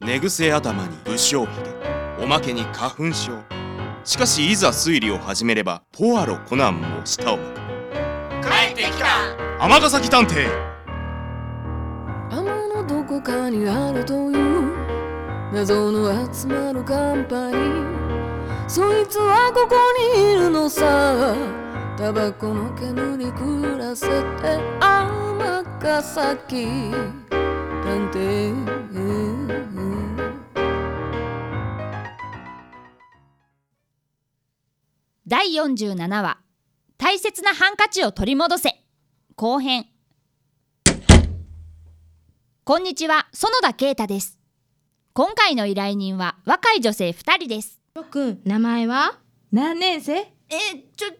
寝癖頭に不祥髭おまけに花粉症しかしいざ推理を始めればポアロコナンも舌を巻く帰ってきた尼崎探偵天のどこかにあるという謎の集まるカンパニーそいつはここにいるのさタバコの煙に暮らせて天ヶ崎探偵第47話「大切なハンカチを取り戻せ」後編こんにちは園田啓太です今回の依頼人は若い女性2人ですろくん名前は何年生えちょちょっ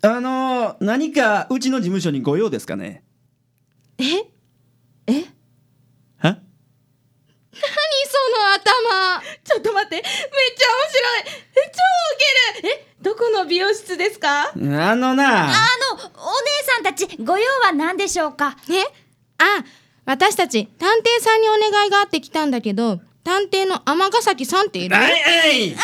とあのー、何かうちの事務所にご用ですかねええはその頭ちょっと待ってめっちゃ面白いえ超ウケるえどこの美容室ですかあのなあのお姉さんたちご用は何でしょうかえあ私たち探偵さんにお願いがあって来たんだけど探偵の天ヶ崎さんっているはいはいあの尼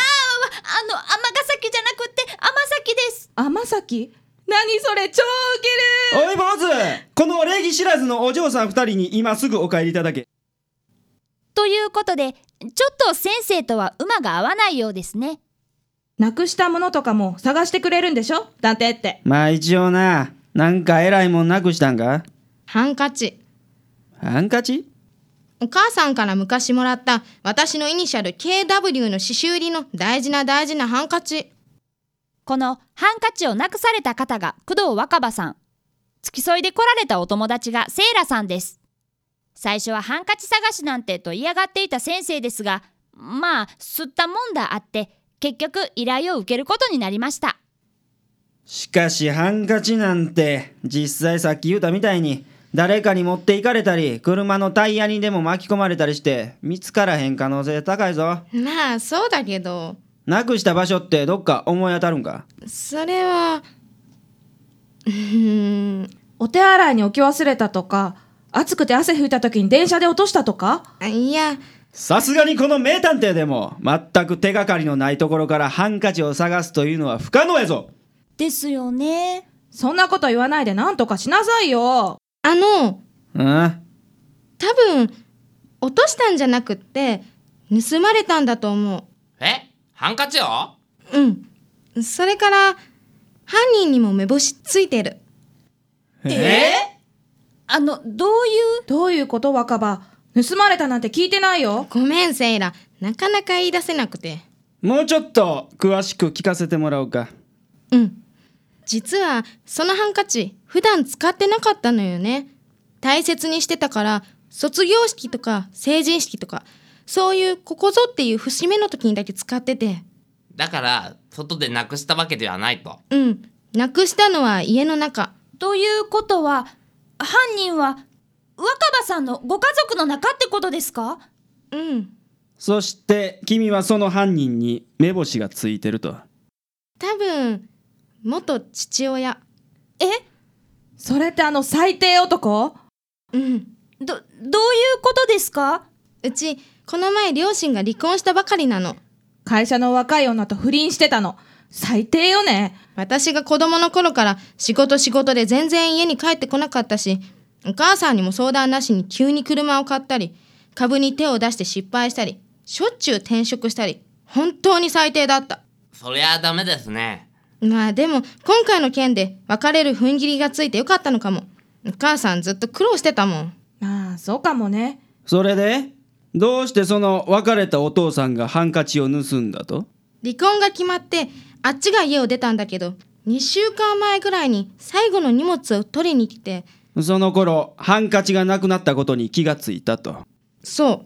崎じゃなくて天崎です天崎何それ超ウケるおい坊主この礼儀知らずのお嬢さん二人に今すぐお帰りいただけということでちょっと先生とは馬が合わないようですねなくしたものとかも探してくれるんでしょ探偵って。まあ一応ななんか偉いもんなくしたんかハンカチハンカチお母さんから昔もらった私のイニシャル KW の刺繍入りの大事な大事なハンカチこのハンカチをなくされた方が工藤若葉さん。付き添いで来られたお友達がセイラさんです。最初はハンカチ探しなんてと嫌がっていた先生ですが、まあ、吸ったもんだあって、結局依頼を受けることになりました。しかしハンカチなんて実際さっき言うたみたいに誰かに持っていかれたり車のタイヤにでも巻き込まれたりして見つからへん可能性高いぞまあそうだけどなくした場所ってどっか思い当たるんかそれはうーんお手洗いに置き忘れたとか、暑くて汗拭いた時に電車で落としたとかあいやさすがにこの名探偵でも全く手がかりのないところからハンカチを探すというのは不可能やぞですよね。そんなこと言わないで何とかしなさいよ。あのうん多分落としたんじゃなくって盗まれたんだと思えハンカチをううんそれから犯人にも目星ついてるえあの、どういう、どういうこと若葉。盗まれたなんて聞いてないよ。ごめんセイラなかなか言い出せなくてもうちょっと詳しく聞かせてもらおうかうん実はそのハンカチ普段使ってなかったのよね大切にしてたから卒業式とか成人式とかそういうここぞっていう節目の時にだけ使っててだから外でなくしたわけではないとうんなくしたのは家の中ということは、犯人は若葉さんのご家族の中ってことですかうんそして君はその犯人に目星がついてると多分元父親それってあの最低男うんど、どういうことですかうちこの前両親が離婚したばかりなの会社の若い女と不倫してたの。最低よね。私が子供の頃から仕事仕事で全然家に帰ってこなかったしお母さんにも相談なしに急に車を買ったり株に手を出して失敗したりしょっちゅう転職したり本当に最低だったそりゃダメですねまあでも今回の件で別れる踏ん切りがついてよかったのかもお母さんずっと苦労してたもんまあ、そうかもね。それでどうしてその別れたお父さんがハンカチを盗んだと離婚が決まってあっちが家を出たんだけど2週間前ぐらいに最後の荷物を取りに来てその頃ハンカチがなくなったことに気がついたとそ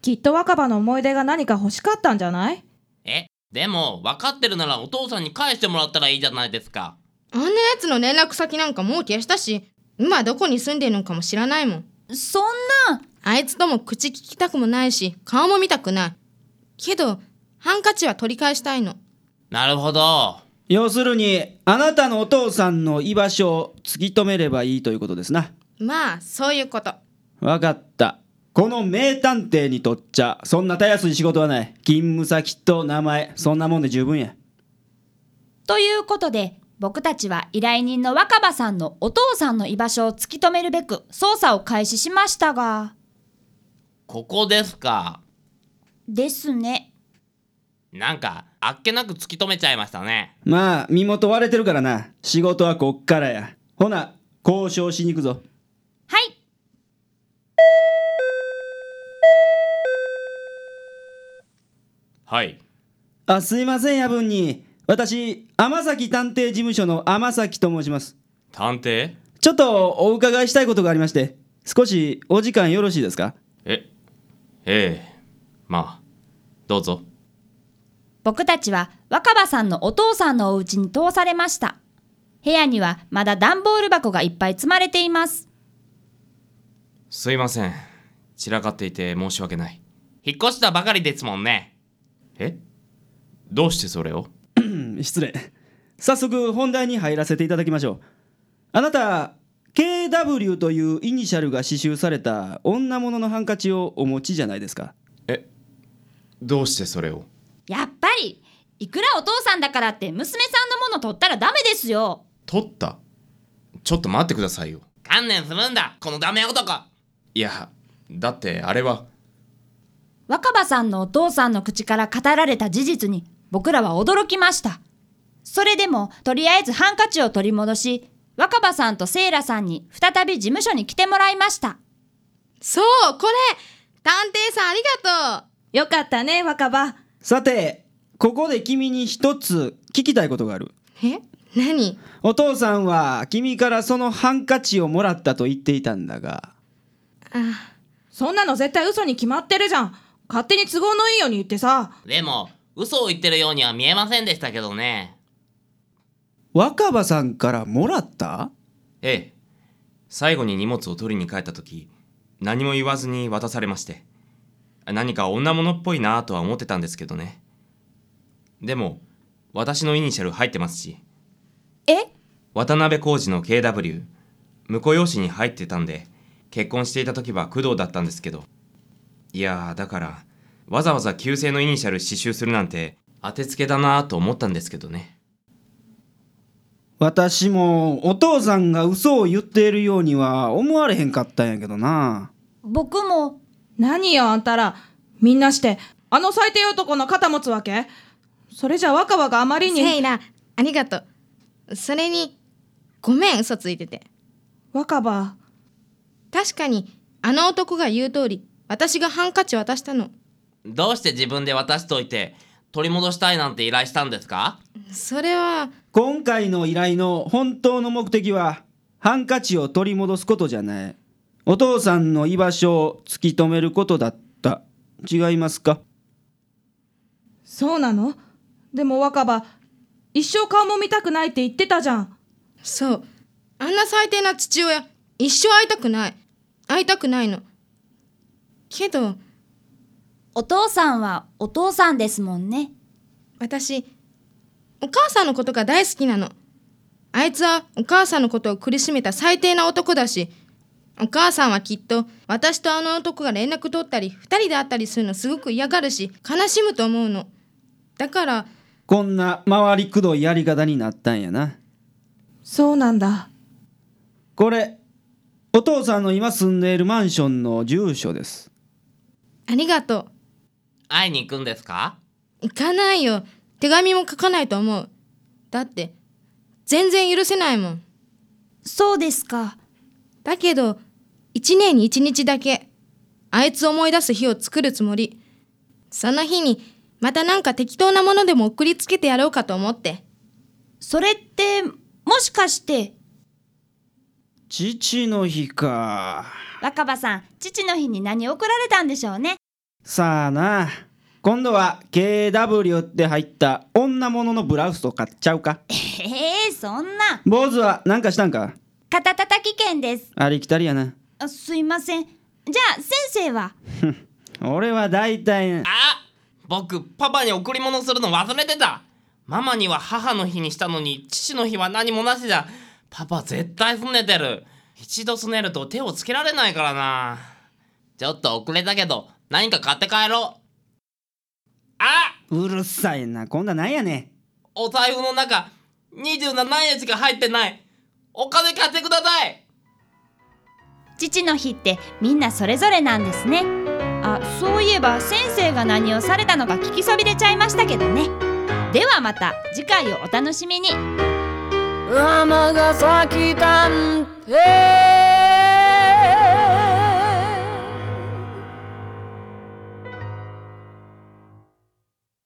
きっと若葉の思い出が何か欲しかったんじゃないえでも分かってるならお父さんに返してもらったらいいじゃないですかうあんなやつの連絡先なんかもう消したし今どこに住んでるのかも知らないもんそんな、あいつとも口聞きたくもないし顔も見たくないけどハンカチは取り返したいのなるほど要するにあなたのお父さんの居場所を突き止めればいいということですなまあそういうことわかったこの名探偵にとっちゃそんなたやすい仕事はない勤務先と名前そんなもんで十分やということで僕たちは依頼人の若葉さんのお父さんの居場所を突き止めるべく捜査を開始しましたがここですかですねなんかあっけなく突き止めちゃいましたねまあ身元割れてるからな仕事はこっからやほな交渉しに行くぞはいはいあすいません夜分に私天崎探偵事務所の天崎と申します探偵ちょっとお伺いしたいことがありまして少しお時間よろしいですかえええまあどうぞ僕たちは若葉さんのお父さんのお家に通されました部屋にはまだ段ボール箱がいっぱい積まれていますすいません散らかっていて申し訳ない引っ越したばかりですもんねえどうしてそれをうん失礼早速本題に入らせていただきましょうあなた KW というイニシャルが刺繍された女物のハンカチをお持ちじゃないですかどうしてそれをやっぱりいくらお父さんだからって娘さんのもの取ったらダメですよ取ったちょっと待ってくださいよ観念するんだこのダメ男いやだってあれは若葉さんのお父さんの口から語られた事実に僕らは驚きました。それでもとりあえずハンカチを取り戻し、若葉さんとセイラさんに再び事務所に来てもらいました。そうこれ探偵さんありがとうよかったね、若葉。さてここで君に一つ聞きたいことがあるえ何お父さんは君からそのハンカチをもらったと言っていたんだがあそんなの絶対嘘に決まってるじゃん。勝手に都合のいいように言ってさ。でも嘘を言ってるようには見えませんでしたけどね若葉さんからもらったええ最後に荷物を取りに帰った時何も言わずに渡されまして何か女物っぽいなぁとは思ってたんですけどねでも私のイニシャル入ってますしえ渡辺浩二の KW 婿養子に入ってたんで結婚していた時は工藤だったんですけどいやーだからわざわざ旧姓のイニシャル刺繍するなんて当てつけだなーと思ったんですけどね私もお父さんが嘘を言っているようには思われへんかったんやけどな僕も、何よ、あんたら。みんなして、あの最低男の肩持つわけそれじゃ若葉があまりセに、イラありがとうそれにごめん嘘ついてて若葉、確かにあの男が言う通り私がハンカチ渡したのどうして自分で渡しといて取り戻したいなんて依頼したんですかそれは今回の依頼の本当の目的はハンカチを取り戻すことじゃないお父さんの居場所を突き止めることだった違いますかそうなのでも若葉、一生顔も見たくないって言ってたじゃん。そうあんな最低な父親一生会いたくない会いたくないのけどお父さんはお父さんですもんね。私お母さんのことが大好きなのあいつはお母さんのことを苦しめた最低な男だしお母さんはきっと私とあの男が連絡取ったり二人で会ったりするのすごく嫌がるし悲しむと思うのだからこんな回りくどいやり方になったんやなそうなんだ。これお父さんの今住んでいるマンションの住所ですありがと会いに行くんですかう行かないよ手紙も書かないと思うだって全然許せないもんそうですか。だけど一年に一日だけあいつを思い出す日を作るつもりその日にまたなんか適当なものでも送りつけてやろうかと思ってそれって、もしかして、父の日か若葉さん、父の日に何送られたんでしょうね。さあな今度は KW って入った女物のブラウスと買っちゃうかええそんな。坊主は何かしたんか肩たたき券です。ありきたりやなあすいません。じゃあ、先生は俺は大体あ僕パパに贈り物するの忘れてたママには母の日にしたのに父の日は何もなしだパパ絶対拗ねてる一度拗ねると手をつけられないからなちょっと遅れたけど、何か買って帰ろう。あうるさいな今度はなんやねお財布の中、27円しか入ってない。お金買ってください父の日ってみんなそれぞれなんですねあそういえば先生が何をされたのか聞きそびれちゃいましたけどねではまた次回をお楽しみに尼崎探偵